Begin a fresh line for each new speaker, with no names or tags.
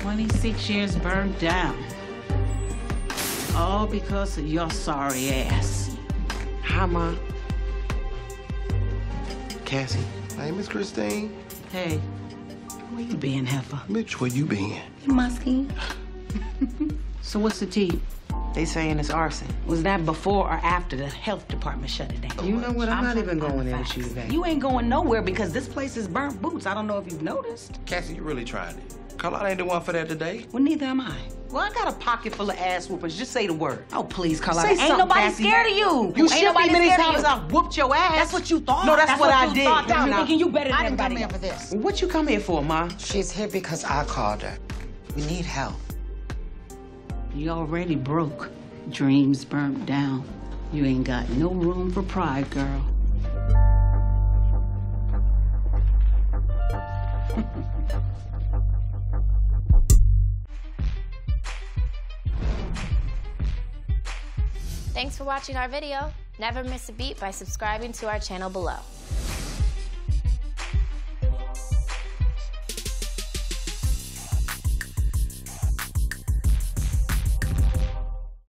26 years burned down. All because of your sorry ass.
Hi, Ma. Cassie. My name is Christine.
Hey, where you been, heifer?
Bitch, where you been?
In my skin.
So what's the tea?
They saying it's arson.
Was that before or after the health department shut it down?
You know what? I'm, not even going in with you today.
You ain't going nowhere because this place is burnt boots. I don't know if you've noticed.
Cassie, you really tried it. Carlotta ain't the one for that today.
Well, neither am I. Well, I got a pocket full of ass whoopers. Just say the word.
oh, please, Carlotta.
Say
Ain't
something,
nobody
Cassie.
scared of you.
You
Ain't
should
nobody
be many
scared of
times
you.
I've whooped your ass.
That's what you thought.
No, that's, what, I
you
did.
Thought. Now,
Now,
thinking you better than
I didn't come
everybody
here
else.
for this.
What you come here for, Ma?
She's here because I called her. We need help.
You already broke. Dreams burnt down. You ain't got no room for pride, girl.
Thanks for watching our video. Never miss a beat by subscribing to our channel below.